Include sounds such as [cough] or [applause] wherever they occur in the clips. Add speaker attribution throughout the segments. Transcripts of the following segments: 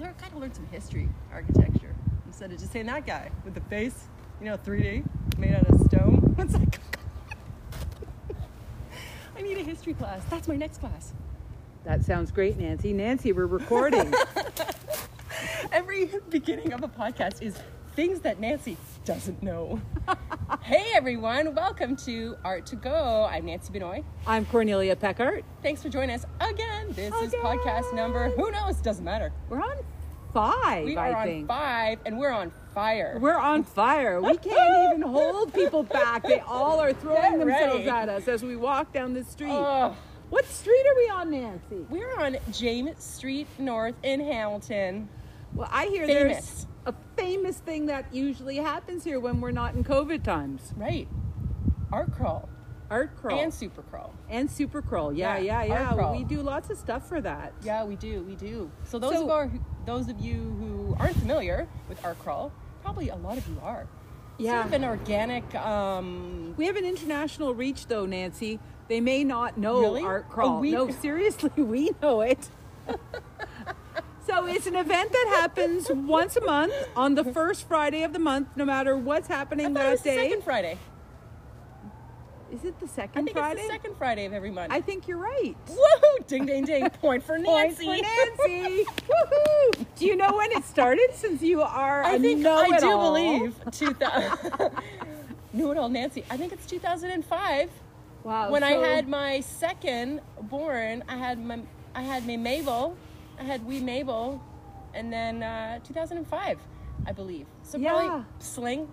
Speaker 1: learn, gotta learn some history, architecture, instead of just saying that guy with the face, you know, 3D, made out of stone. [laughs] It's like, I need a history class. That's my next class.
Speaker 2: That sounds great, Nancy. Nancy, we're recording.
Speaker 1: Every beginning of a podcast is things that Nancy doesn't know. [laughs] hey everyone, welcome to Art to Go. [laughs] I'm Nancy Benoy.
Speaker 2: I'm Cornelia Peckart.
Speaker 1: Thanks for joining us again. This is
Speaker 2: Again.
Speaker 1: podcast number who knows, doesn't matter.
Speaker 2: We're on five,
Speaker 1: We are
Speaker 2: I
Speaker 1: on
Speaker 2: think.
Speaker 1: five and we're on fire.
Speaker 2: We're on fire. We
Speaker 1: [laughs]
Speaker 2: can't even hold people back. They all are throwing
Speaker 1: Get
Speaker 2: themselves
Speaker 1: ready.
Speaker 2: at us as we walk down the street.
Speaker 1: Ugh.
Speaker 2: what street are we on, Nancy?
Speaker 1: we're on James Street North in Hamilton.
Speaker 2: Well, I hear
Speaker 1: Famous.
Speaker 2: there's a famous thing that usually happens here when we're not in COVID times.
Speaker 1: Right. Art crawl
Speaker 2: Art crawl
Speaker 1: and super crawl.
Speaker 2: And super crawl. Yeah, yeah,
Speaker 1: Yeah, art
Speaker 2: yeah.
Speaker 1: crawl.
Speaker 2: We do lots of stuff for that.
Speaker 1: Yeah, we do. We do. So those
Speaker 2: So-
Speaker 1: of our, those of you who aren't familiar with art crawl, probably a lot of you are.
Speaker 2: Yeah.
Speaker 1: Sort of an organic. Um,
Speaker 2: We have an international reach, though, Nancy. They may not know
Speaker 1: Really?
Speaker 2: Art Crawl.
Speaker 1: Oh, we-
Speaker 2: No, seriously, [laughs] we know it. so it's an event that happens once a month on the first Friday of the month, no matter what's happening
Speaker 1: I thought
Speaker 2: that
Speaker 1: it was the
Speaker 2: day.
Speaker 1: second Friday.
Speaker 2: Is it the
Speaker 1: I
Speaker 2: second
Speaker 1: think
Speaker 2: Friday?
Speaker 1: it's the second Friday of every month.
Speaker 2: I think you're right.
Speaker 1: [laughs] Woohoo! Ding, ding, ding. Point for
Speaker 2: [laughs] Point
Speaker 1: [laughs] Nancy.
Speaker 2: for Nancy. Woohoo! Do you know when it started? Since you are,
Speaker 1: I
Speaker 2: a
Speaker 1: think I do
Speaker 2: know-it-all.
Speaker 1: believe 2000. [laughs] Know it all, Nancy. I think it's 2005
Speaker 2: Wow.
Speaker 1: when I
Speaker 2: Oh, so-
Speaker 1: had my second born. I had my I had my Mabel. I had wee Mabel, and then uh, 2005, I believe. So
Speaker 2: Yeah.
Speaker 1: probably sling.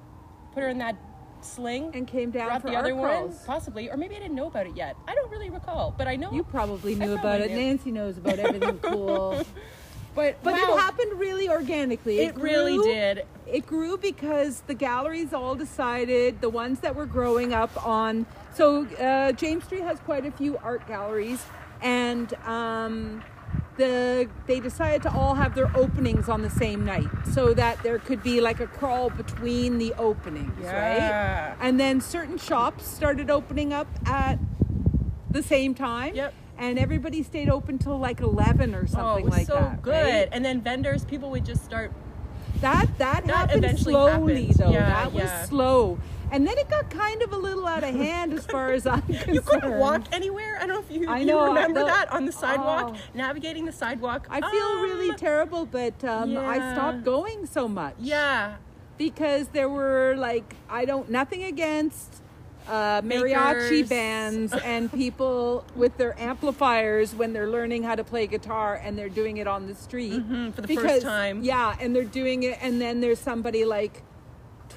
Speaker 1: Put her in that sling.
Speaker 2: and came down
Speaker 1: brought
Speaker 2: for
Speaker 1: the
Speaker 2: Art
Speaker 1: other one,
Speaker 2: Crawls.
Speaker 1: possibly, or maybe I didn't know about it yet. I don't really recall, but I know
Speaker 2: You probably
Speaker 1: I
Speaker 2: knew about
Speaker 1: probably
Speaker 2: it.
Speaker 1: knew.
Speaker 2: Nancy knows about everything
Speaker 1: [laughs]
Speaker 2: cool.
Speaker 1: But
Speaker 2: But
Speaker 1: wow,
Speaker 2: it happened really organically.
Speaker 1: It really
Speaker 2: grew-
Speaker 1: did.
Speaker 2: It grew because the galleries all decided the ones that were growing up on. So uh, James Street has quite a few art galleries, and um, the they decided to all have their openings on the same night, so that there could be like a crawl between the openings,
Speaker 1: Yeah.
Speaker 2: right? And then certain shops started opening up at the same time.
Speaker 1: Yep.
Speaker 2: And everybody stayed open till like eleven or something
Speaker 1: Oh, it was
Speaker 2: like
Speaker 1: so
Speaker 2: that. right?
Speaker 1: good. And then vendors, people would just start
Speaker 2: That that, happened
Speaker 1: eventually
Speaker 2: slowly
Speaker 1: happened.
Speaker 2: though.
Speaker 1: Yeah,
Speaker 2: that was
Speaker 1: yeah.
Speaker 2: slow. And then it got kind of a little out of hand as far as I'm
Speaker 1: [laughs]
Speaker 2: concerned.
Speaker 1: You couldn't walk anywhere. I don't know if you,
Speaker 2: I
Speaker 1: you
Speaker 2: know, I
Speaker 1: remember
Speaker 2: know.
Speaker 1: that on the sidewalk,
Speaker 2: Oh.
Speaker 1: navigating the sidewalk.
Speaker 2: I feel really
Speaker 1: Um,
Speaker 2: terrible, but um, I
Speaker 1: yeah.
Speaker 2: stopped going so much.
Speaker 1: [gasps] yeah.
Speaker 2: Because there were like I don't nothing against uh, mariachi
Speaker 1: Bakers. [laughs]
Speaker 2: bands and people with their amplifiers when they're learning how to play guitar and they're doing it on the street
Speaker 1: Mhm, for the first
Speaker 2: because,
Speaker 1: time.
Speaker 2: Yeah, and they're doing it, and then there's somebody like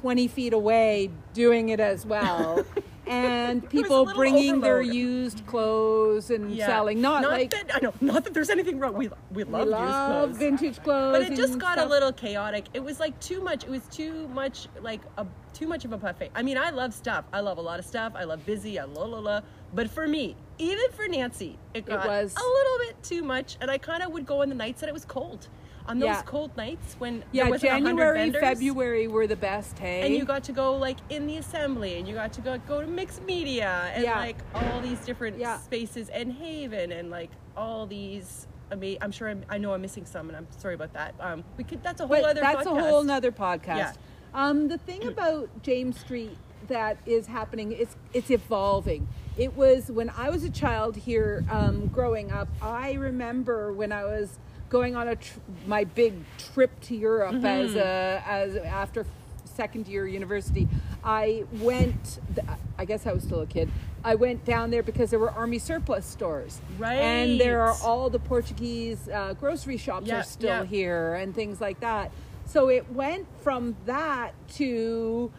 Speaker 2: 20 feet away doing it as
Speaker 1: [laughs]
Speaker 2: well. and people
Speaker 1: little
Speaker 2: bringing their
Speaker 1: overload.
Speaker 2: used clothes and
Speaker 1: yeah.
Speaker 2: selling. Not, like
Speaker 1: that, I know. Not that there's anything wrong. We we
Speaker 2: we
Speaker 1: love, used
Speaker 2: love
Speaker 1: clothes.
Speaker 2: vintage clothes.
Speaker 1: but it just
Speaker 2: and
Speaker 1: got a
Speaker 2: stuff.
Speaker 1: little chaotic. It was like too much. It was too much, like a too much of a buffet. I mean, I love stuff. I love a lot of stuff. I love busy. I la la la. But for me, even for Nancy, it got
Speaker 2: was-
Speaker 1: a little bit too much. And I kind of would go on the nights that it was cold. On those
Speaker 2: Yeah.
Speaker 1: cold nights when there
Speaker 2: Yeah,
Speaker 1: wasn't a hundred
Speaker 2: January,
Speaker 1: vendors,
Speaker 2: February were the best. Hey,
Speaker 1: and you got to go like in the assembly, and you got to go go to mixed media, and
Speaker 2: Yeah.
Speaker 1: like all these different
Speaker 2: Yeah.
Speaker 1: spaces, and Haven, and like all these. I mean, I'm sure I'm, I know I'm missing some, and I'm sorry about that. Um, we could that's a whole
Speaker 2: but
Speaker 1: other
Speaker 2: that's
Speaker 1: podcast.
Speaker 2: a whole nother podcast.
Speaker 1: Yeah.
Speaker 2: Um, the thing about James Street that is happening is it's evolving. It was when I was a child here um, growing up. I remember when I was going on a tr- my big trip to Europe
Speaker 1: Mm-hmm.
Speaker 2: as a as after second year university. I went. th- I guess I was still a kid. I went down there because there were army surplus stores, And there are
Speaker 1: Right.
Speaker 2: all the Portuguese uh, grocery shops
Speaker 1: Yeah,
Speaker 2: are still
Speaker 1: yeah.
Speaker 2: here here and things like that. So it went from that to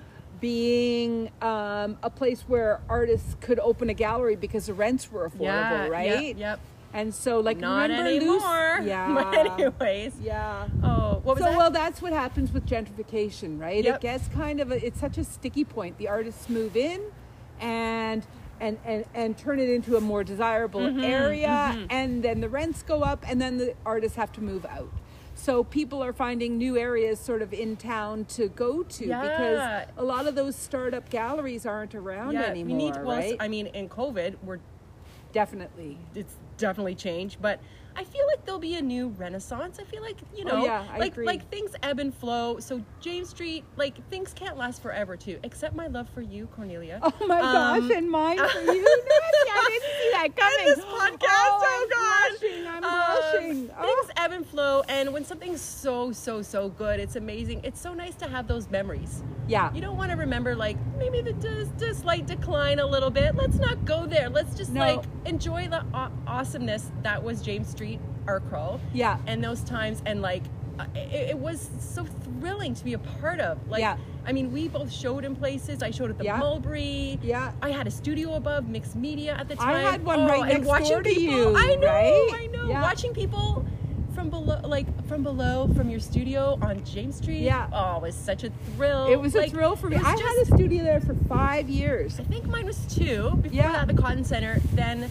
Speaker 2: being um, a place where artists could open a gallery because the rents were affordable,
Speaker 1: Yeah, yeah,
Speaker 2: right?
Speaker 1: yep.
Speaker 2: And so, like,
Speaker 1: Not
Speaker 2: remember
Speaker 1: anymore. [laughs] But
Speaker 2: Luce? Yeah.
Speaker 1: anyways.
Speaker 2: yeah.
Speaker 1: Oh, what was
Speaker 2: So
Speaker 1: that?
Speaker 2: well, that's what happens with gentrification, right? It
Speaker 1: Yep.
Speaker 2: gets kind of a, it's such a sticky point. The artists move in, and and and and turn it into a more desirable
Speaker 1: Mm-hmm,
Speaker 2: area, and then the rents go up, and then the artists have to move out. So people are finding new areas sort of in town to go to
Speaker 1: Yeah.
Speaker 2: because a lot of those startup galleries aren't around
Speaker 1: yeah,
Speaker 2: anymore,
Speaker 1: we need. Well,
Speaker 2: right?
Speaker 1: I mean, in COVID, we're
Speaker 2: definitely.
Speaker 1: it's definitely changed, but I feel like there'll be a new renaissance. I feel like you
Speaker 2: Oh,
Speaker 1: know,
Speaker 2: yeah, I
Speaker 1: like
Speaker 2: agree.
Speaker 1: like things ebb and flow. So James Street, like things can't last forever too. Except my love for you, Cornelia.
Speaker 2: [laughs] Oh my
Speaker 1: Um,
Speaker 2: gosh, and
Speaker 1: [laughs]
Speaker 2: mine for you. No, I didn't see that coming.
Speaker 1: this podcast. [gasps] Oh,
Speaker 2: I'm
Speaker 1: gosh.
Speaker 2: blushing, I'm
Speaker 1: Um,
Speaker 2: blushing. Oh.
Speaker 1: Things ebb and flow, and when something's so so so good, it's amazing. It's so nice to have those memories.
Speaker 2: Yeah.
Speaker 1: You don't want to remember like maybe the dis- dis- slight decline a little bit. Let's not go there. Let's just
Speaker 2: No.
Speaker 1: like enjoy the aw- awesomeness that was James Street, our crow.
Speaker 2: Yeah.
Speaker 1: And those times and like uh, it, it was so thrilling to be a part of. Like
Speaker 2: Yeah.
Speaker 1: I mean, we both showed in places. I showed at the
Speaker 2: Yeah.
Speaker 1: Mulberry.
Speaker 2: Yeah.
Speaker 1: I had a studio above mixed media at the
Speaker 2: I
Speaker 1: time. Oh,
Speaker 2: had one right
Speaker 1: and
Speaker 2: next
Speaker 1: watching
Speaker 2: door to
Speaker 1: people,
Speaker 2: you,
Speaker 1: I know.
Speaker 2: right?
Speaker 1: I know.
Speaker 2: Yeah.
Speaker 1: Watching people from below, like from below, from your studio on James Street.
Speaker 2: Yeah.
Speaker 1: Oh, it was such a thrill.
Speaker 2: It was
Speaker 1: Oh, Like,
Speaker 2: a thrill for me.
Speaker 1: it was
Speaker 2: I
Speaker 1: just-
Speaker 2: had a studio there for five years.
Speaker 1: I think mine was two. Before
Speaker 2: Yeah.
Speaker 1: that, the Cotton Center, then there,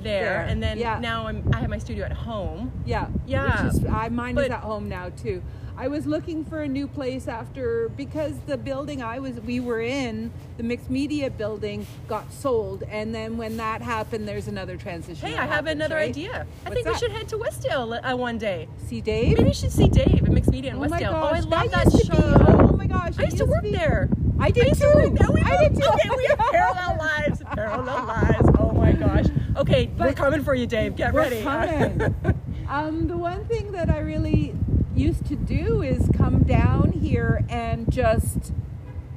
Speaker 2: There,
Speaker 1: and then
Speaker 2: yeah.
Speaker 1: now I'm. I have my studio at home.
Speaker 2: Yeah.
Speaker 1: Yeah,
Speaker 2: Which is, I, mine is
Speaker 1: but-
Speaker 2: at home now too. I was looking for a new place after because the building I was we were in, the mixed media building, got sold, and then when that happened, there's another transition.
Speaker 1: Hey,
Speaker 2: that
Speaker 1: I have
Speaker 2: happens,
Speaker 1: another
Speaker 2: right?
Speaker 1: idea. I
Speaker 2: What's
Speaker 1: think
Speaker 2: that?
Speaker 1: we should head to Westdale uh, one day.
Speaker 2: See, Dave.
Speaker 1: Maybe you should see Dave at Mixed Media in
Speaker 2: Oh
Speaker 1: Westdale.
Speaker 2: my
Speaker 1: oh, I
Speaker 2: gosh,
Speaker 1: love
Speaker 2: that
Speaker 1: that,
Speaker 2: used to
Speaker 1: show.
Speaker 2: be- oh my gosh,
Speaker 1: I
Speaker 2: it
Speaker 1: used to
Speaker 2: used to
Speaker 1: work
Speaker 2: be-
Speaker 1: there.
Speaker 2: I did
Speaker 1: I used to
Speaker 2: too.
Speaker 1: work there. We
Speaker 2: I did
Speaker 1: both-
Speaker 2: too.
Speaker 1: Okay, we have
Speaker 2: [laughs]
Speaker 1: parallel lives. Parallel lives. Oh my gosh. Okay, we're
Speaker 2: But-
Speaker 1: coming for you, Dave. Get
Speaker 2: We're
Speaker 1: ready. Uh,
Speaker 2: coming.
Speaker 1: [laughs]
Speaker 2: um, the one thing that I really used to do is come down here and just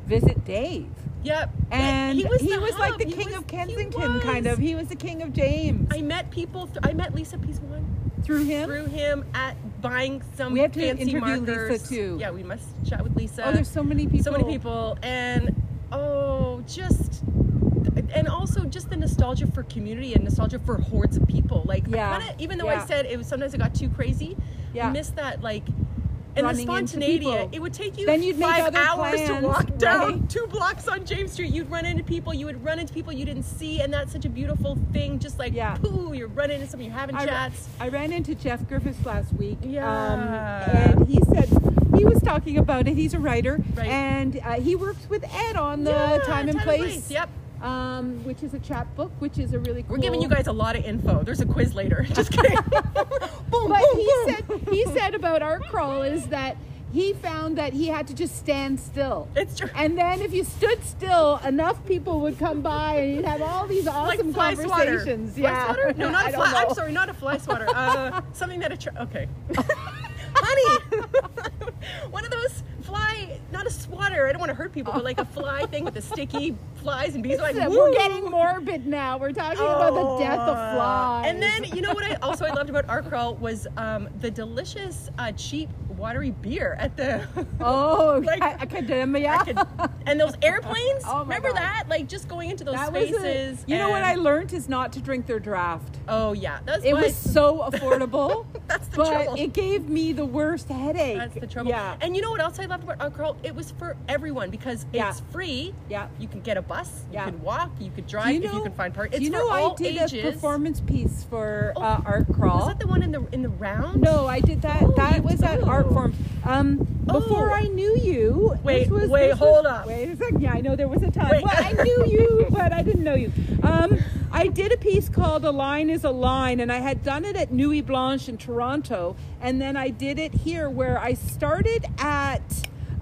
Speaker 2: visit Dave.
Speaker 1: yep.
Speaker 2: And he was,
Speaker 1: the
Speaker 2: like
Speaker 1: hub.
Speaker 2: the
Speaker 1: He
Speaker 2: king
Speaker 1: was-
Speaker 2: of
Speaker 1: he
Speaker 2: Kensington,
Speaker 1: was.
Speaker 2: kind of. He was the king of James.
Speaker 1: I met people. Th- I met Lisa Piece One
Speaker 2: through him.
Speaker 1: through him at buying some
Speaker 2: We have to
Speaker 1: fancy
Speaker 2: interview Lisa,
Speaker 1: markers.
Speaker 2: too.
Speaker 1: Yeah, we must chat with Lisa.
Speaker 2: oh, there's so many people.
Speaker 1: so many people and oh just and also just the nostalgia for community and nostalgia for hordes of people like I
Speaker 2: Yeah.
Speaker 1: kinda, even though
Speaker 2: Yeah.
Speaker 1: i said it was sometimes it got too crazy
Speaker 2: Yeah.
Speaker 1: i miss that like and
Speaker 2: Running
Speaker 1: the
Speaker 2: into
Speaker 1: spontaneity
Speaker 2: people.
Speaker 1: it would take you
Speaker 2: Then you'd make
Speaker 1: five
Speaker 2: other
Speaker 1: hours
Speaker 2: plans,
Speaker 1: to walk down [laughs]
Speaker 2: right?
Speaker 1: two blocks on james street you'd run into people you would run into people you didn't see and that's such a beautiful thing just like
Speaker 2: Yeah.
Speaker 1: pooh you're running into someone you haven't
Speaker 2: I,
Speaker 1: chats
Speaker 2: I ran into Jeff Griffiths last week.
Speaker 1: Yeah.
Speaker 2: Um, and he said he was talking about it. He's a writer,
Speaker 1: Right.
Speaker 2: and uh, he works with Ed on the
Speaker 1: Yeah,
Speaker 2: time and place.
Speaker 1: yep
Speaker 2: Um, which is a chapbook, which is a really cool.
Speaker 1: we're giving you guys a lot of info there's a quiz later [laughs] just kidding boom
Speaker 2: But
Speaker 1: boom,
Speaker 2: he
Speaker 1: boom.
Speaker 2: said he said about art crawl is that he found that he had to just stand still.
Speaker 1: It's true.
Speaker 2: And then if you stood still, enough people would come by and you'd have all these awesome
Speaker 1: fly swatter.
Speaker 2: conversations.
Speaker 1: Fly
Speaker 2: yeah.
Speaker 1: swatter? No, not
Speaker 2: [laughs] I
Speaker 1: a
Speaker 2: don't
Speaker 1: fly. I'm
Speaker 2: know.
Speaker 1: sorry, not a fly swatter.
Speaker 2: [laughs]
Speaker 1: Uh, something that attra- okay. Honey, [laughs] one of those fly, not a swatter. I don't want to hurt people, but like a
Speaker 2: [laughs]
Speaker 1: fly thing with the sticky flies and bees. like,
Speaker 2: Listen,
Speaker 1: woo!
Speaker 2: [laughs] we're getting morbid now. We're talking about the death of
Speaker 1: Oh.
Speaker 2: flies.
Speaker 1: And then you know what I also I loved about our crawl was um, the delicious uh, cheap watery beer at
Speaker 2: [laughs]
Speaker 1: the.
Speaker 2: oh,
Speaker 1: Like-
Speaker 2: a- academia.
Speaker 1: I could- and those airplanes.
Speaker 2: Oh my
Speaker 1: Remember
Speaker 2: God.
Speaker 1: that? Like just going into those
Speaker 2: that was a-
Speaker 1: spaces.
Speaker 2: you know what I
Speaker 1: and-
Speaker 2: learned is not to drink their draft.
Speaker 1: Oh yeah, that's
Speaker 2: It
Speaker 1: why
Speaker 2: was so affordable,
Speaker 1: [laughs] That's the
Speaker 2: but
Speaker 1: trouble.
Speaker 2: it gave me the worst headache.
Speaker 1: That's the trouble.
Speaker 2: Yeah,
Speaker 1: And you know what else I loved about Uncurl? It was for everyone because
Speaker 2: Yeah.
Speaker 1: it's free.
Speaker 2: Yeah.
Speaker 1: You can get a bus. You
Speaker 2: Yeah.
Speaker 1: can walk. You could
Speaker 2: Do
Speaker 1: drive if you can find park.
Speaker 2: do
Speaker 1: It's
Speaker 2: you know
Speaker 1: for
Speaker 2: I
Speaker 1: all
Speaker 2: did
Speaker 1: ages.
Speaker 2: a performance piece for
Speaker 1: Oh,
Speaker 2: uh, Art Crawl.
Speaker 1: Was that the one in the in the round?
Speaker 2: no, I did that.
Speaker 1: Oh,
Speaker 2: that
Speaker 1: you
Speaker 2: was at
Speaker 1: do.
Speaker 2: Art Form. Um, before
Speaker 1: Oh.
Speaker 2: I knew you,
Speaker 1: Wait,
Speaker 2: this was,
Speaker 1: wait,
Speaker 2: this
Speaker 1: hold
Speaker 2: was,
Speaker 1: up.
Speaker 2: Wait a second. Yeah, I know there was a time.
Speaker 1: Wait.
Speaker 2: Well, I knew
Speaker 1: [laughs]
Speaker 2: you, but I didn't know you. Um, I did a piece called "A Line Is a Line," and I had done it at Nuit Blanche in Toronto, and then I did it here, where I started at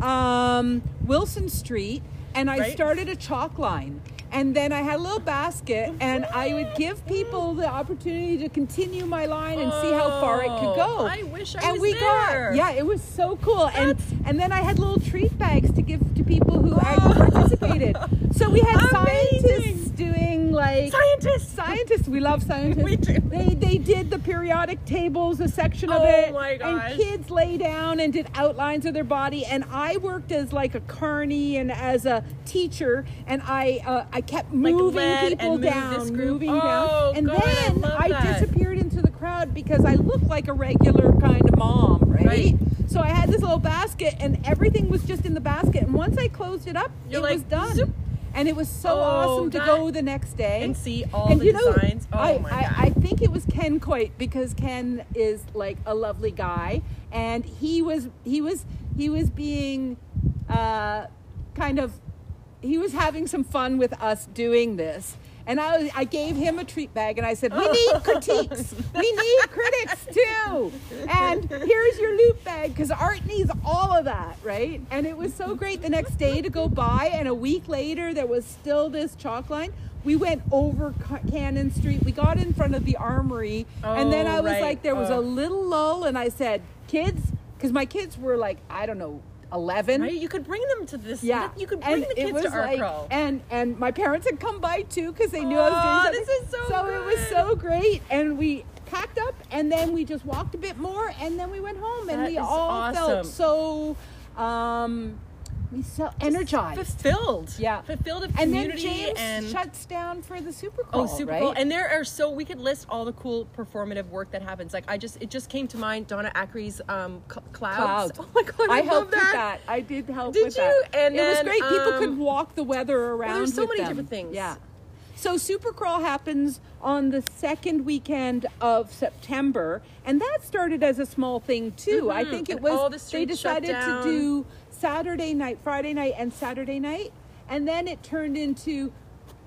Speaker 2: um, Wilson Street, and I
Speaker 1: Right.
Speaker 2: started a chalk line. And then I had a little basket, and I would give people the opportunity to continue my line and see how far it could
Speaker 1: Oh,
Speaker 2: go.
Speaker 1: I wish I
Speaker 2: and
Speaker 1: was
Speaker 2: we
Speaker 1: there.
Speaker 2: got yeah, it was so cool.
Speaker 1: That's-
Speaker 2: And and then I had little treat bags to give to people who actually participated. So we had
Speaker 1: Oh.
Speaker 2: scientists
Speaker 1: [laughs] Amazing.
Speaker 2: doing like
Speaker 1: Scientists.
Speaker 2: scientists. We love scientists.
Speaker 1: We do.
Speaker 2: They they did the periodic tables, a section of
Speaker 1: Oh
Speaker 2: it.
Speaker 1: my gosh.
Speaker 2: And kids lay down and did outlines of their body. And I worked as like a carny and as a teacher. And I uh, I kept
Speaker 1: Like
Speaker 2: moving
Speaker 1: led
Speaker 2: people
Speaker 1: and moved
Speaker 2: down,
Speaker 1: this group.
Speaker 2: moving
Speaker 1: Oh,
Speaker 2: down. And
Speaker 1: God, I
Speaker 2: then
Speaker 1: love
Speaker 2: I
Speaker 1: that.
Speaker 2: disappeared into the crowd because I looked like a regular kind of mom, right?
Speaker 1: Right.
Speaker 2: So I had this little basket, and everything was just in the basket. And once I closed it up,
Speaker 1: You're
Speaker 2: it
Speaker 1: like,
Speaker 2: was done.
Speaker 1: zoop.
Speaker 2: And it was so
Speaker 1: Oh,
Speaker 2: awesome to
Speaker 1: that-
Speaker 2: go the next day
Speaker 1: And see all
Speaker 2: and
Speaker 1: the
Speaker 2: you know,
Speaker 1: designs. Oh
Speaker 2: I,
Speaker 1: my
Speaker 2: I,
Speaker 1: God.
Speaker 2: I think it was Ken Coit because Ken is like a lovely guy, and he was he was he was being uh, kind of he was having some fun with us doing this. And I, was- I gave him a treat bag and I said, We
Speaker 1: [laughs]
Speaker 2: need critiques. we need critics too. And here's your loot bag because art needs all of that, right? And it was so great the next day to go by. And a week later, there was still this chalk line. We went over Ca- Cannon Street. We got in front of the armory. and then
Speaker 1: Oh,
Speaker 2: I was
Speaker 1: right.
Speaker 2: like, there was
Speaker 1: Oh.
Speaker 2: a little lull. And I said, Kids, because my kids were like, I don't know, 11.
Speaker 1: Right? You could bring them to this.
Speaker 2: Yeah,
Speaker 1: You could bring
Speaker 2: And
Speaker 1: the
Speaker 2: it
Speaker 1: kids
Speaker 2: was
Speaker 1: to art
Speaker 2: like-
Speaker 1: crawl.
Speaker 2: And and my parents had come by too because they knew
Speaker 1: Aw,
Speaker 2: I was doing
Speaker 1: this
Speaker 2: something.
Speaker 1: is so
Speaker 2: it was
Speaker 1: good.
Speaker 2: so great, and we packed up, and then we just walked a bit more, and then we went home, and
Speaker 1: That
Speaker 2: we
Speaker 1: is
Speaker 2: all felt so, um, we so energized.
Speaker 1: Fulfilled.
Speaker 2: Yeah,
Speaker 1: Fulfilled of
Speaker 2: and then
Speaker 1: community
Speaker 2: James
Speaker 1: and.
Speaker 2: shuts down for the Super Bowl.
Speaker 1: Oh, super
Speaker 2: right?
Speaker 1: cool! And there are so we could list all the cool performative work that happens. Like I just, it just came to mind Donna Ackery's um, c- clouds.
Speaker 2: Clouds.
Speaker 1: [laughs] Oh my god, I, love
Speaker 2: helped with that. I did help
Speaker 1: Did
Speaker 2: with
Speaker 1: you?
Speaker 2: that.
Speaker 1: And
Speaker 2: it was
Speaker 1: then,
Speaker 2: great. People could
Speaker 1: um,
Speaker 2: walk the weather around.
Speaker 1: there's so
Speaker 2: with
Speaker 1: many
Speaker 2: them.
Speaker 1: different things.
Speaker 2: Yeah. So Supercrawl happens on the second weekend of September, and that started as a small thing too. I
Speaker 1: Mhm.
Speaker 2: think it
Speaker 1: And
Speaker 2: was
Speaker 1: all the
Speaker 2: they
Speaker 1: streets shut
Speaker 2: decided to
Speaker 1: down.
Speaker 2: do Saturday night, Friday night, and Saturday night, and then it turned into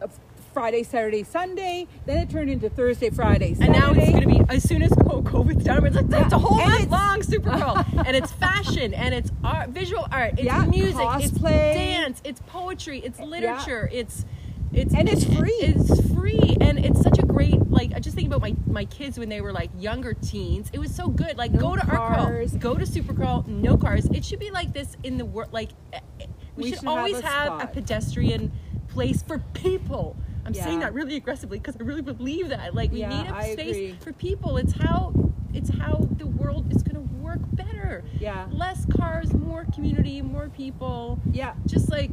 Speaker 2: a f- Friday, Saturday, Sunday. Then it turned into Thursday, Friday, Saturday.
Speaker 1: And now it's going to be as soon as co- COVID's done, it's like that's a whole
Speaker 2: And
Speaker 1: month
Speaker 2: it's-
Speaker 1: long Super Bowl,
Speaker 2: [laughs]
Speaker 1: and it's fashion, and it's art, visual art, it's
Speaker 2: Yeah,
Speaker 1: music, it's
Speaker 2: cosplay.
Speaker 1: dance, it's poetry, it's literature, it's it's
Speaker 2: And it's
Speaker 1: it-
Speaker 2: free.
Speaker 1: It's free, and it's such a great like. I just think about my my kids when they were like younger teens. It was so good. Like go to art
Speaker 2: cars.
Speaker 1: crawl, go to Super Crawl, no cars. It should be like this in the world. Like eh, eh, we,
Speaker 2: We
Speaker 1: should,
Speaker 2: should have
Speaker 1: always
Speaker 2: a
Speaker 1: have a
Speaker 2: spot.
Speaker 1: pedestrian place for people. I'm saying
Speaker 2: Yeah.
Speaker 1: that really aggressively because I really believe that. Like we
Speaker 2: Yeah,
Speaker 1: need a
Speaker 2: I
Speaker 1: space
Speaker 2: agree.
Speaker 1: for people. It's how it's how the world is gonna work better.
Speaker 2: Yeah.
Speaker 1: Less cars, more community, more people.
Speaker 2: yeah.
Speaker 1: Just like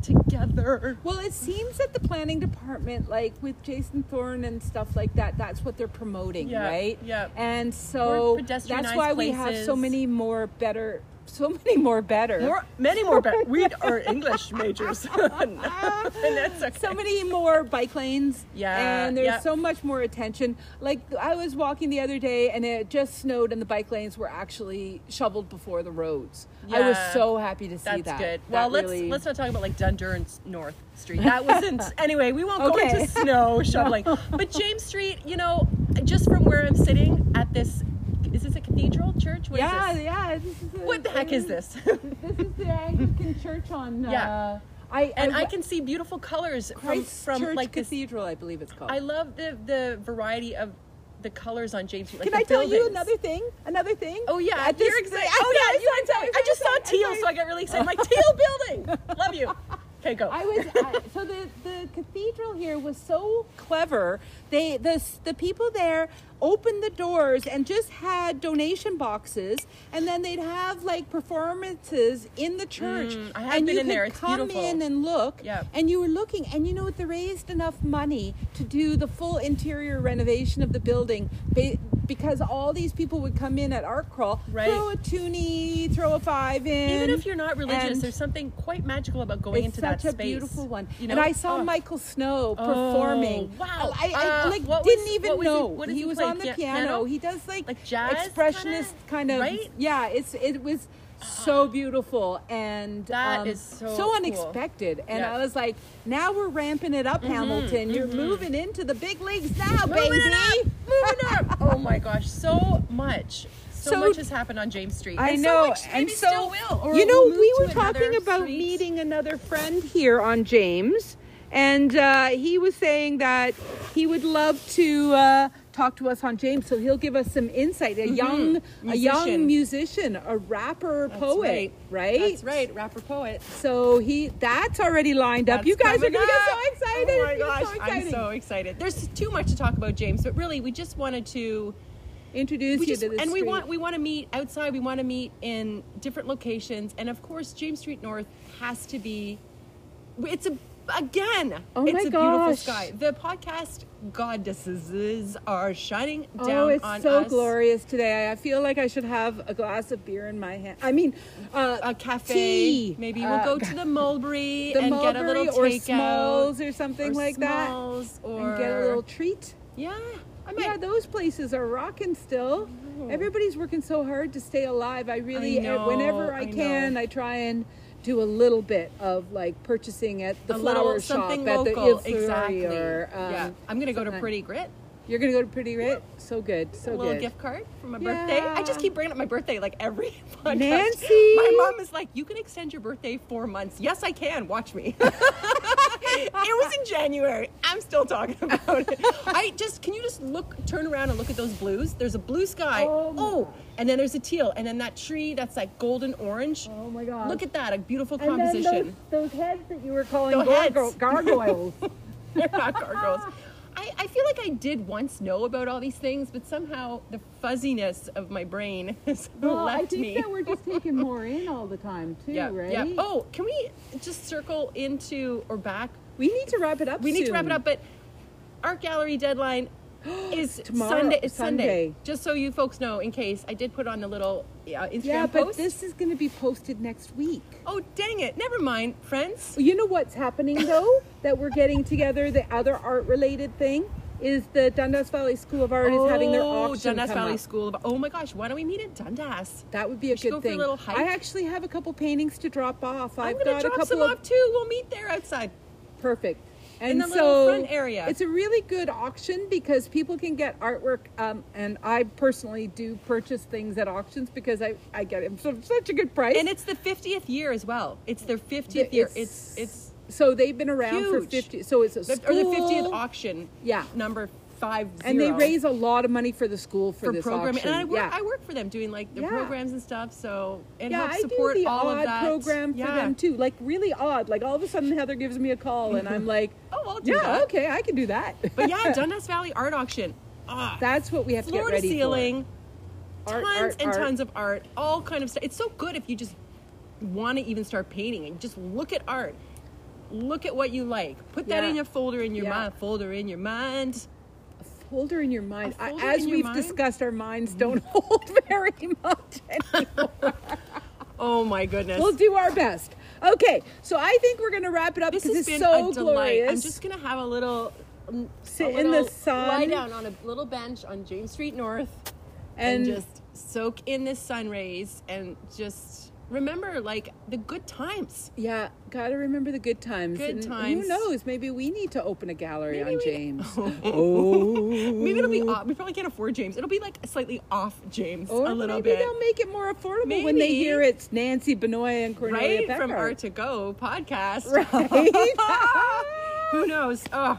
Speaker 1: together.
Speaker 2: Well, it seems that the planning department, like with Jason Thorne and stuff like that, that's what they're promoting,
Speaker 1: Yeah,
Speaker 2: right?
Speaker 1: yeah.
Speaker 2: And so
Speaker 1: More pedestrianized
Speaker 2: that's why we have so
Speaker 1: places.
Speaker 2: many more better, so many more better,
Speaker 1: More many more better. we are English majors. [laughs] and that's okay.
Speaker 2: [laughs] so many more bike lanes.
Speaker 1: Yeah,
Speaker 2: And there's
Speaker 1: yeah.
Speaker 2: so much more attention. Like I was walking the other day and it just snowed and the bike lanes were actually shoveled before the roads. I was
Speaker 1: Yeah.
Speaker 2: so happy to see
Speaker 1: That's
Speaker 2: that.
Speaker 1: good.
Speaker 2: That
Speaker 1: Well, let's
Speaker 2: really-
Speaker 1: let's not talk about like Dundurn North Street. [laughs] That wasn't anyway. We won't go
Speaker 2: Okay.
Speaker 1: into [laughs] snow shoveling. But James Street, you know, just from where I'm sitting at this, is this a cathedral church? What is
Speaker 2: yeah,
Speaker 1: this?
Speaker 2: yeah. This is a-
Speaker 1: What the heck is this?
Speaker 2: This is
Speaker 1: [laughs]
Speaker 2: the Anglican church on. Uh,
Speaker 1: Yeah.
Speaker 2: I,
Speaker 1: and I can see beautiful colors from
Speaker 2: from,
Speaker 1: from like this.
Speaker 2: Cathedral, I believe it's called.
Speaker 1: I love the the variety of the colors on James Street. Like
Speaker 2: can I
Speaker 1: the
Speaker 2: tell you
Speaker 1: buildings.
Speaker 2: another thing? Another thing?
Speaker 1: Oh yeah,
Speaker 2: At
Speaker 1: you're
Speaker 2: this-
Speaker 1: excited.
Speaker 2: Oh,
Speaker 1: yeah,
Speaker 2: yeah,
Speaker 1: you
Speaker 2: I
Speaker 1: were excited. I just saw teal, so I got really
Speaker 2: [laughs]
Speaker 1: excited. I'm like teal building. Love you. Okay, go.
Speaker 2: I was I, so the the cathedral here was so clever. They the s- the people there opened the doors and just had donation boxes, and then they'd have like performances in the church.
Speaker 1: Mm, I have
Speaker 2: and
Speaker 1: been
Speaker 2: you
Speaker 1: in
Speaker 2: could
Speaker 1: there. It's
Speaker 2: come
Speaker 1: beautiful.
Speaker 2: in and look.
Speaker 1: Yeah.
Speaker 2: And you were looking, and you know what? They raised enough money to do the full interior renovation of the building. Ba- because all these people would come in at art crawl,
Speaker 1: Right.
Speaker 2: throw a toonie, throw a five in.
Speaker 1: Even if you're not religious,
Speaker 2: and-
Speaker 1: there's something quite magical about going
Speaker 2: it's
Speaker 1: into that
Speaker 2: such
Speaker 1: space.
Speaker 2: a beautiful one.
Speaker 1: You
Speaker 2: And
Speaker 1: know?
Speaker 2: I saw
Speaker 1: Oh.
Speaker 2: Michael Snow performing.
Speaker 1: wow.
Speaker 2: I, I
Speaker 1: Uh,
Speaker 2: like
Speaker 1: what
Speaker 2: didn't
Speaker 1: was-
Speaker 2: even
Speaker 1: what was he-
Speaker 2: know
Speaker 1: what does
Speaker 2: he,
Speaker 1: he
Speaker 2: was
Speaker 1: play?
Speaker 2: on the
Speaker 1: Pia-
Speaker 2: piano.
Speaker 1: piano?
Speaker 2: He does like,
Speaker 1: Like jazz
Speaker 2: expressionist
Speaker 1: kinda?
Speaker 2: kind of.
Speaker 1: Right? Uh-uh.
Speaker 2: Yeah, it's it was so beautiful and
Speaker 1: That
Speaker 2: um,
Speaker 1: is so cool.
Speaker 2: so unexpected. And
Speaker 1: Yeah.
Speaker 2: I was like, now we're ramping it up, Hamilton. You're moving into the big leagues now,
Speaker 1: Mm-hmm. Moving
Speaker 2: baby.
Speaker 1: it up, moving
Speaker 2: [laughs]
Speaker 1: up. Oh my gosh, so much. So,
Speaker 2: So-
Speaker 1: much has happened on James Street.
Speaker 2: I
Speaker 1: and
Speaker 2: know,
Speaker 1: so much
Speaker 2: and
Speaker 1: maybe
Speaker 2: so
Speaker 1: still will. Or
Speaker 2: you know,
Speaker 1: we'll move
Speaker 2: we were
Speaker 1: to another
Speaker 2: talking about
Speaker 1: street.
Speaker 2: meeting another friend here on James, and uh, he was saying that he would love to uh, talk to us on James, so he'll give us some insight. A young, a young
Speaker 1: Mm-hmm. Musician.
Speaker 2: musician, a rapper,
Speaker 1: That's
Speaker 2: poet, right?
Speaker 1: right. That's right, rapper poet.
Speaker 2: So he, that's already lined up. you guys
Speaker 1: That's
Speaker 2: are gonna get
Speaker 1: coming
Speaker 2: so
Speaker 1: up.
Speaker 2: excited.
Speaker 1: Oh my
Speaker 2: It's gonna
Speaker 1: gosh,
Speaker 2: be
Speaker 1: I'm
Speaker 2: exciting.
Speaker 1: so excited. There's too much to talk about, James, but really, we just wanted to
Speaker 2: introduce
Speaker 1: we
Speaker 2: you
Speaker 1: just,
Speaker 2: to
Speaker 1: and
Speaker 2: this.
Speaker 1: we
Speaker 2: street.
Speaker 1: want we want to meet outside we want to meet in different locations and of course james street north has to be it's a again
Speaker 2: Oh
Speaker 1: it's
Speaker 2: my
Speaker 1: a beautiful
Speaker 2: gosh.
Speaker 1: sky the podcast goddesses are shining
Speaker 2: Oh,
Speaker 1: down
Speaker 2: it's
Speaker 1: on
Speaker 2: so
Speaker 1: us
Speaker 2: glorious today. I feel like I should have a glass of beer in my hand. I mean, uh,
Speaker 1: a cafe
Speaker 2: tea.
Speaker 1: maybe we'll
Speaker 2: Uh,
Speaker 1: go
Speaker 2: [laughs]
Speaker 1: to the mulberry
Speaker 2: the
Speaker 1: and
Speaker 2: Mulberry
Speaker 1: get a little
Speaker 2: or
Speaker 1: takeout
Speaker 2: Smalls or something
Speaker 1: or
Speaker 2: like
Speaker 1: Smalls
Speaker 2: that,
Speaker 1: or
Speaker 2: and get a little treat.
Speaker 1: yeah i might Oh.
Speaker 2: Yeah, those places are rocking still. Everybody's working so hard to stay alive. I really, eh,
Speaker 1: know,
Speaker 2: whenever I,
Speaker 1: I know.
Speaker 2: can, I try and do a little bit of like purchasing at the
Speaker 1: a
Speaker 2: flower
Speaker 1: little
Speaker 2: shop
Speaker 1: something
Speaker 2: at
Speaker 1: local,
Speaker 2: the Ifuri
Speaker 1: exactly.
Speaker 2: Or, um,
Speaker 1: yeah, I'm gonna go to
Speaker 2: something.
Speaker 1: Pretty Grit.
Speaker 2: You're gonna go to Pretty Rit. So good,
Speaker 1: a
Speaker 2: so
Speaker 1: little
Speaker 2: good.
Speaker 1: gift card for my birthday. I just
Speaker 2: Yeah.
Speaker 1: keep bringing up my birthday like every [laughs] podcast.
Speaker 2: Nancy!
Speaker 1: My mom is like, you can extend your birthday four months. Yes, I can. Watch me. [laughs] it was in January. I'm still talking [laughs] about it. I just can you just look, turn around and look at those blues? There's a blue sky.
Speaker 2: Oh my
Speaker 1: oh, and then there's a teal, and then that tree that's like golden orange.
Speaker 2: Oh my God.
Speaker 1: Look at that, a beautiful
Speaker 2: and then those,
Speaker 1: composition.
Speaker 2: those heads that you were calling
Speaker 1: The
Speaker 2: gargo-
Speaker 1: heads. [laughs]
Speaker 2: gargoyles.
Speaker 1: They're not gargoyles. I, I feel like I did once know about all these things, but somehow the fuzziness of my brain [laughs] has
Speaker 2: well,
Speaker 1: left
Speaker 2: I think
Speaker 1: me.
Speaker 2: that we're just taking more in all the time too,
Speaker 1: yeah,
Speaker 2: right?
Speaker 1: yeah. Oh, can we just circle into or back?
Speaker 2: we need to wrap it up.
Speaker 1: We need to wrap it
Speaker 2: soon.
Speaker 1: up, but art gallery
Speaker 2: [gasps]
Speaker 1: deadline is
Speaker 2: Tomorrow-
Speaker 1: Sunday. It's Sunday.
Speaker 2: Sunday.
Speaker 1: Just so you folks know, in case I did put on the little uh, Instagram
Speaker 2: Yeah, but
Speaker 1: post.
Speaker 2: this is going to be posted next week.
Speaker 1: oh dang it! Never mind, friends.
Speaker 2: You know what's happening though? [laughs] that we're getting together. The other art-related thing is the Dundas Valley School of Art is having their
Speaker 1: Oh,
Speaker 2: auction.
Speaker 1: Dundas
Speaker 2: come
Speaker 1: Valley
Speaker 2: up.
Speaker 1: School of. Oh my gosh, why don't we meet at Dundas?
Speaker 2: That would be a
Speaker 1: should
Speaker 2: good
Speaker 1: go for a
Speaker 2: thing.
Speaker 1: little hike.
Speaker 2: I actually have a couple paintings to drop off.
Speaker 1: I'm
Speaker 2: I've
Speaker 1: gonna
Speaker 2: got a
Speaker 1: drop
Speaker 2: couple
Speaker 1: some
Speaker 2: of
Speaker 1: off too. We'll meet there outside.
Speaker 2: Perfect. And
Speaker 1: In the
Speaker 2: so
Speaker 1: little front area.
Speaker 2: it's a really good auction because people can get artwork. Um, and I personally do purchase things at auctions because I, I get it for such a good price.
Speaker 1: And it's the 50th year as well. It's their 50th
Speaker 2: The-
Speaker 1: year. It's it's
Speaker 2: so they've been around for
Speaker 1: huge.
Speaker 2: fifty. So it's a
Speaker 1: the,
Speaker 2: school,
Speaker 1: or the 50th auction.
Speaker 2: Yeah.
Speaker 1: number five zero.
Speaker 2: and they raise a lot of money for the school for,
Speaker 1: for
Speaker 2: this
Speaker 1: programming.
Speaker 2: auction.
Speaker 1: And I work,
Speaker 2: yeah.
Speaker 1: I work for them doing like their
Speaker 2: Yeah.
Speaker 1: programs and stuff. So it
Speaker 2: yeah,
Speaker 1: helps
Speaker 2: I
Speaker 1: support
Speaker 2: do the
Speaker 1: all
Speaker 2: odd
Speaker 1: of that
Speaker 2: program for
Speaker 1: yeah.
Speaker 2: them too. Like really odd. Like all of a sudden Heather gives me a call and
Speaker 1: [laughs]
Speaker 2: I'm like,
Speaker 1: Oh, I'll do
Speaker 2: yeah,
Speaker 1: that.
Speaker 2: okay, I can do that.
Speaker 1: But yeah, Dundas Valley Art Auction. Ah,
Speaker 2: [laughs] that's what we have
Speaker 1: floor
Speaker 2: to get
Speaker 1: to
Speaker 2: ready for.
Speaker 1: ceiling,
Speaker 2: Art,
Speaker 1: tons
Speaker 2: art,
Speaker 1: and
Speaker 2: art.
Speaker 1: tons of art, all kind of stuff. It's so good if you just want to even start painting and just look at art. Look at what you like. Put that
Speaker 2: Yeah.
Speaker 1: in a folder in your
Speaker 2: Yeah.
Speaker 1: mind. Folder in your mind.
Speaker 2: Folder in your mind.
Speaker 1: A
Speaker 2: I-
Speaker 1: folder
Speaker 2: As
Speaker 1: in your
Speaker 2: we've
Speaker 1: mind? Mm-hmm.
Speaker 2: discussed, our minds don't [laughs] hold very much. And
Speaker 1: Oh my goodness.
Speaker 2: we'll do our best. Okay, so I think we're going to wrap it up
Speaker 1: this
Speaker 2: because
Speaker 1: has
Speaker 2: it's
Speaker 1: been
Speaker 2: so
Speaker 1: a delight.
Speaker 2: glorious.
Speaker 1: I'm just gonna have a little um, a
Speaker 2: Sit in the
Speaker 1: little- lie
Speaker 2: sun.
Speaker 1: down on a little bench on James Street North.
Speaker 2: and
Speaker 1: and, just soak in the sun rays and just remember like the good times.
Speaker 2: yeah, gotta remember the good times.
Speaker 1: Good
Speaker 2: and
Speaker 1: times.
Speaker 2: Who knows? Maybe we need to open a gallery
Speaker 1: [laughs] Maybe
Speaker 2: on
Speaker 1: we-
Speaker 2: James. Oh.
Speaker 1: Maybe it'll be off. We probably can't afford James. It'll be like slightly off James
Speaker 2: Or
Speaker 1: a little
Speaker 2: maybe
Speaker 1: bit.
Speaker 2: they'll make it more affordable when they
Speaker 1: Maybe.
Speaker 2: hear it's Nancy Benoit and Cornelia
Speaker 1: Right
Speaker 2: Becker.
Speaker 1: from
Speaker 2: [laughs]
Speaker 1: Art to Go podcast.
Speaker 2: Right?
Speaker 1: [laughs] Who knows? Oh,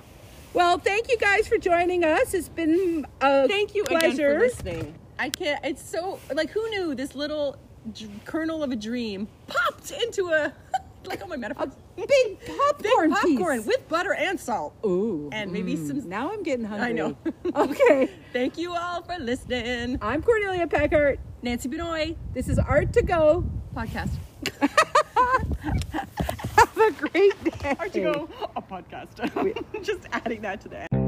Speaker 2: well, thank you guys for joining us. It's been a
Speaker 1: thank you
Speaker 2: pleasure.
Speaker 1: again for listening. I can't. It's so like who knew this little d- kernel of a dream popped into a [laughs] like oh my metaphor
Speaker 2: Big popcorn,
Speaker 1: Big popcorn
Speaker 2: piece.
Speaker 1: with butter and salt.
Speaker 2: Ooh. Mm.
Speaker 1: And maybe some-
Speaker 2: Now I'm getting hungry.
Speaker 1: I know.
Speaker 2: [laughs] okay.
Speaker 1: Thank you all for listening.
Speaker 2: I'm Cornelia Packard.
Speaker 1: Nancy Benoit
Speaker 2: This is Art to Go.
Speaker 1: podcast.
Speaker 2: Have a great day. [laughs]
Speaker 1: Art to go a podcast. [laughs] Just adding that to the end.